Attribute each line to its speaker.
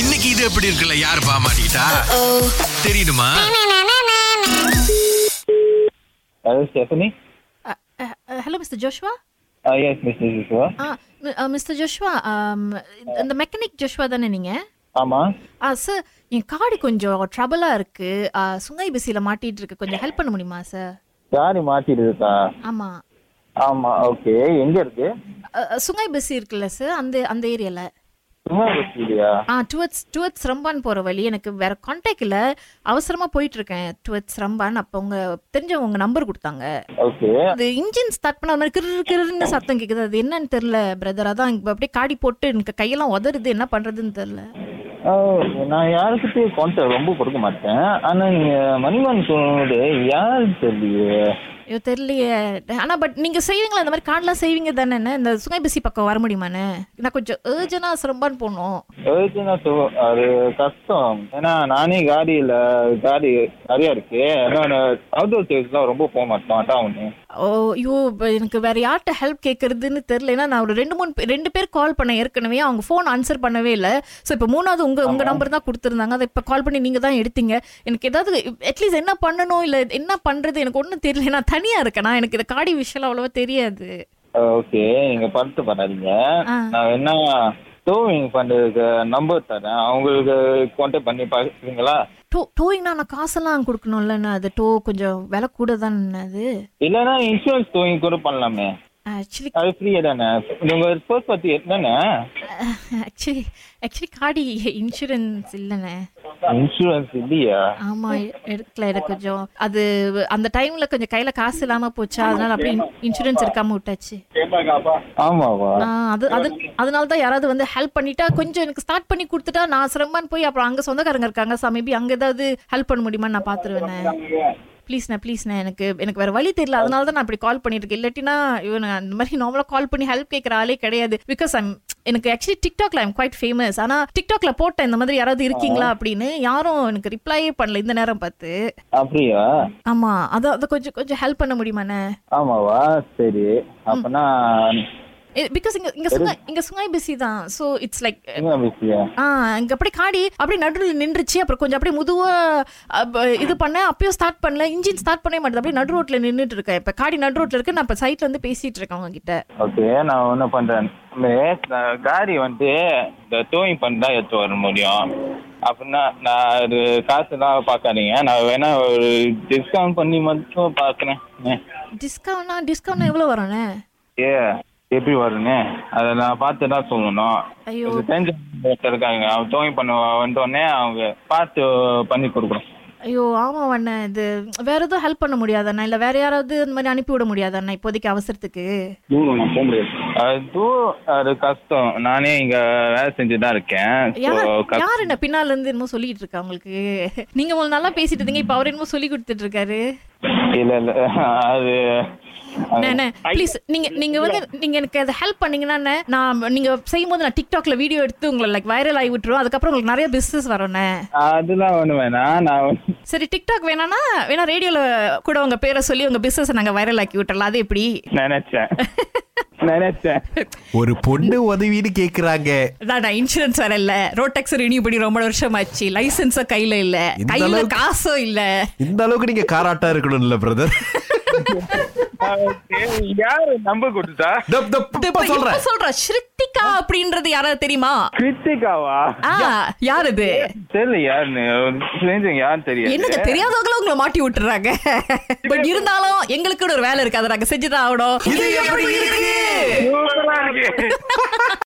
Speaker 1: இன்னைக்கு இது எப்படி இருக்குல்ல யார் பாமாட்டா தெரியுமா
Speaker 2: Hello, Stephanie.
Speaker 3: Uh, hello mister Joshua
Speaker 2: Uh, yes, Mr. Joshua.
Speaker 3: Ah, mister Joshua um, இந்த மெக்கானிக் ஜோஷ்வா தானே நீங்க
Speaker 2: ஆமா
Speaker 3: ஆ சார் என் கார்டு கொஞ்சம் ட்ரபிளாக இருக்கு ஆ, சுங்கை பிஸியில் மாட்டிட்டு இருக்கு கொஞ்சம் ஹெல்ப் பண்ண முடியுமா சார்
Speaker 2: காரி மாத்திட்டு இருக்கா
Speaker 3: ஆமாம்
Speaker 2: ஆமா ஓகே எங்க இருக்கு
Speaker 3: Uh, சுங்கை பிஸி இருக்குல்ல சார் அந்த அந்த ஏரியாவில்
Speaker 2: சும்மா இல்லையா
Speaker 3: ஆ டுவர்ட்ஸ் டுவர்ட்ஸ் ரம்பான் போகிற வழி எனக்கு வேற கான்டாக்ட் இல்லை அவசரமாக போயிட்டு இருக்கேன் டுவர்ட்ஸ் ரம்பான் அப்போ உங்கள் தெரிஞ்சவங்க உங்கள் நம்பர் கொடுத்தாங்க
Speaker 2: ஓகே
Speaker 3: அது இன்ஜின் ஸ்டார்ட் பண்ண மாதிரி கிரு கிருன்னு சத்தம் கேட்குது அது என்னன்னு தெரில பிரதர் அதான் இப்ப அப்படியே காடி போட்டு எனக்கு கையெல்லாம் உதறுது என்ன பண்ணுறதுன்னு தெரில
Speaker 2: Oh, நான் யாருக்கிட்டையும் கான்டாக்ட் ரொம்ப கொடுக்க மாட்டேன் ஆனா நீங்க மணிமான் சொன்னது யாரு தெரியலையே
Speaker 3: ஐயோ தெரியலையே ஆனா பட் நீங்க செய்வீங்களா இந்த மாதிரி கார்டெலாம் செய்வீங்க தானே என்ன? இந்த சுங்கை பிசி பக்கம் வர முடியுமாண்ணே நான் கொஞ்சம் ஏர்ஜனாக சிரம்பான்னு போகணும்
Speaker 2: அதுக்குன்னா சொ- அது கஷ்டம் ஏன்னா நானே காடியில காடி நிறையா இருக்கு ஏன்னா அவுட்டோர் சேல்ஸ்லாம் ரொம்ப போக மாட்டோம் டவுனு
Speaker 3: ஓ ஐயோ இப்ப எனக்கு வேற யார்கிட்ட ஹெல்ப் கேட்கறதுன்னு தெரில ஏன்னா நான் ஒரு ரெண்டு மூணு பே- ரெண்டு பேர் கால் பண்ண ஏற்கனவே அவங்க ஃபோன் ஆன்சர் பண்ணவே இல்லை ஸோ இப்போ மூணாவது உங்க உங்க நம்பர் தான் கொடுத்துருந்தாங்க அதை இப்போ கால் பண்ணி நீங்க தான் எடுத்தீங்க எனக்கு ஏதாவது அட்லீஸ்ட் என்ன பண்ணணும் இல்லை என்ன பண்றது எனக்கு ஒன்றும் தெரியல நான் தனியா இருக்கேனா எனக்கு இந்த காடி விஷயம் அவ்வளோவா தெரியாது
Speaker 2: ஓகே நீங்க படுத்து பண்ணாதீங்க
Speaker 3: ஆ.
Speaker 2: நான் வேணா டோவிங் பண்றதுக்கு நம்பர் தரேன் அவங்களுக்கு கான்டாக்ட் பண்ணி பாக்குறீங்களா
Speaker 3: டோ டோயிங்னா நான் காசெல்லாம் கொடுக்கணும்லண்ணா அது டோ கொஞ்சம் விலை கூட தானே அது
Speaker 2: இல்லைன்னா இன்சூரன்ஸ் டோவிங் கூட பண்ணலாமே
Speaker 3: ஆக்சுவலி
Speaker 2: அது ஃப்ரீயா தானே உங்க ரிப்போர்ட் பத்தி என்னண்ணே
Speaker 3: ஆக்சுவலி ஆக்சுவலி காடி இன்சூரன்ஸ் இல்லைண்ணே
Speaker 2: இன்சூரன்ஸ் இல்லையா
Speaker 3: ஆமா எடுக்கல எனக்கு கொஞ்சம் அது அந்த டைம்ல கொஞ்சம் கையில காசு இல்லாம போச்சா அதனால அப்படி இன்சூரன்ஸ் இருக்காம விட்டாச்சு
Speaker 2: ஆமாவா
Speaker 3: ஆ, அது அது அதனால தான் யாராவது வந்து ஹெல்ப் பண்ணிட்டா கொஞ்சம் எனக்கு ஸ்டார்ட் பண்ணி கொடுத்துட்டா நான் சிரமம்னு போய் அப்புறம் அங்க சொந்தக்காரங்க இருக்காங்க சா மேபி அங்க ஏதாவது ஹெல்ப் பண்ண முடியுமான்னு நான் பாத்துருவேண்ணே ப்ளீஸ்ண்ணே ப்ளீஸ்ண்ணே எனக்கு எனக்கு வேற வழி தெரியல அதனால தான் நான் இப்படி கால் பண்ணியிருக்கேன் இல்லாட்டினா இவன் அந்த மாதிரி நார்மலாக கால் பண்ணி ஹெல்ப் கேட்குற ஆளே கிடையாது பிகாஸ் ஐம் எனக்கு ஆக்சுவலி டிக்டாக்ல ஐம் குவைட் ஃபேமஸ் ஆனால் டிக்டாக்ல போட்டேன் இந்த மாதிரி யாராவது இருக்கீங்களா அப்படின்னு யாரும் எனக்கு ரிப்ளையே பண்ணல இந்த நேரம் பார்த்து
Speaker 2: அப்படியா
Speaker 3: ஆமா அதான் அதை கொஞ்சம் கொஞ்சம் ஹெல்ப் பண்ண முடியுமாண்ணே
Speaker 2: ஆமாவா சரி அப்பனா
Speaker 3: பிகாஸ் இங்க இங்க சுங்க இங்க சுங்காய் பிஸி தான் ஸோ இட்ஸ் லைக்
Speaker 2: என்ன விஷயம்
Speaker 3: ஆ இங்க அப்படியே காடி அப்படியே நடுவில் நின்றுச்சு அப்புறம் கொஞ்சம் அப்படியே முதுவா அப்ப இது பண்ணேன் அப்பயும் ஸ்டார்ட் பண்ணல இன்ஜின் ஸ்டார்ட் பண்ணவே மாட்டேது அப்படியே நடு ரோட்ல நின்றுட்டு இருக்கேன் இப்ப காடி நடு ரோட்ல இருக்கு நான் இப்ப சைட்ல இருந்து பேசிட்டு இருக்கேன் அவங்க கிட்ட
Speaker 2: ஓகே நான் ஒண்ணு பண்றேன் மே- நான் காரி வந்து இந்த டோயிங் பண்ணி தான் எடுத்து வர முடியும் அப்படின்னா நான் அது காசுலாம் பார்க்காதீங்க நான் வேணா ஒரு டிஸ்கவுண்ட் பண்ணி மட்டும் பார்க்குறேன்
Speaker 3: டிஸ்கவுண்ட்னா டிஸ்கவுண்ட் எவ்வளவு வரும்ண்ணே
Speaker 2: ஏ எப்படி வரும்னு அதை நான் பார்த்து தான் சொல்லணும்
Speaker 3: ஐயோ
Speaker 2: இது தெரிஞ்ச ஒருத்தர் இருக்காங்க அவங்க டோயிங் பண்ண வந்தோடனே அவங்க பார்த்து பண்ணி கொடுக்குறோம்
Speaker 3: ஐயோ ஆமா அண்ணே இது வேற எதுவும் ஹெல்ப் பண்ண முடியாதாண்ணா இல்ல வேற யாராவது இந்த மாதிரி அனுப்பி விட முடியாதாண்ணா இப்போதைக்கு அவசரத்துக்கு
Speaker 2: அதுவும் அது கஷ்டம் நானே இங்க வேலை செஞ்சுட்டு தான் இருக்கேன் So,
Speaker 3: யார்
Speaker 2: கஷ்டம்.
Speaker 3: யார் என்ன பின்னால இருந்து என்னமோ சொல்லிட்டு இருக்கா உங்களுக்கு நீங்க முதல்ல நல்லா பேசிட்டு இருந்தீங்க இப்ப அவர் என்னமோ சொல்லி கொடுத்துட்டு இருக்காரு
Speaker 2: இல்ல இல்ல அது அது-
Speaker 3: ப்ளீஸ் நீங்க நீங்க வந்து நீங்க எனக்கு அதை ஹெல்ப் பண்ணீங்கன்னா அண்ணே, நான் நீங்க செய்யும்போது நான் டிக்டாக்ல வீடியோ எடுத்து உங்களை லைக் வைரல் ஆகி விட்டுருவோம் அதுக்கப்புறம் உங்களுக்கு நிறைய பிசினஸ் வரும்ண்ணே
Speaker 2: அதெல்லாம் ஒண்ணு வேணாம் நான் வந்து-
Speaker 3: சரி டிக்டாக் வேணாம்னா வேணா ரேடியோல கூட உங்க பேரை சொல்லி உங்க பிசினஸ் நாங்க வைரல் ஆக்கி விட்டுறலாம் அது எப்படி
Speaker 2: நினைச்சேன் நினைச்சேன்
Speaker 1: ஒரு பொண்ணு உதவின்னு கேக்குறாங்க
Speaker 3: அதான் நான் இன்சூரன்ஸ் வேற இல்ல ரோட் டேக்ஸ் ரினியூ பண்ணி ரொம்ப வருஷம் ஆச்சு லைசன்ஸும் கையில இல்ல
Speaker 1: இந்த
Speaker 3: கையில
Speaker 1: அளவுக்கு-
Speaker 3: காசும் இல்ல
Speaker 1: இந்த அளவுக்கு நீங்க காராட்டா இருக்கணும்ல பிரதர்
Speaker 2: Okay, யாரு நம்பர் கொடுத்தா
Speaker 3: இப்ப
Speaker 1: சொல்றேன்
Speaker 3: இப்ப சொல்றேன் ஸ்ருத்திகா அப்படின்றது யாராவது தெரியுமா
Speaker 2: கிருத்திகாவா
Speaker 3: ஆ யார் இது
Speaker 2: தெரியல யாருன்னு தெரிஞ்சவங்க யாருன்னு
Speaker 3: என்னங்க
Speaker 2: தெரியாது
Speaker 3: தெரியாதவங்களும் உங்களை மாட்டி விட்டுறாங்க பட் இருந்தாலும் எங்களுக்கு ஒரு வேலை இருக்கு அதை நாங்க செஞ்சுதான் ஆகணும்
Speaker 1: இது எப்படி இருக்கு
Speaker 2: சூப்பரா இருக்கு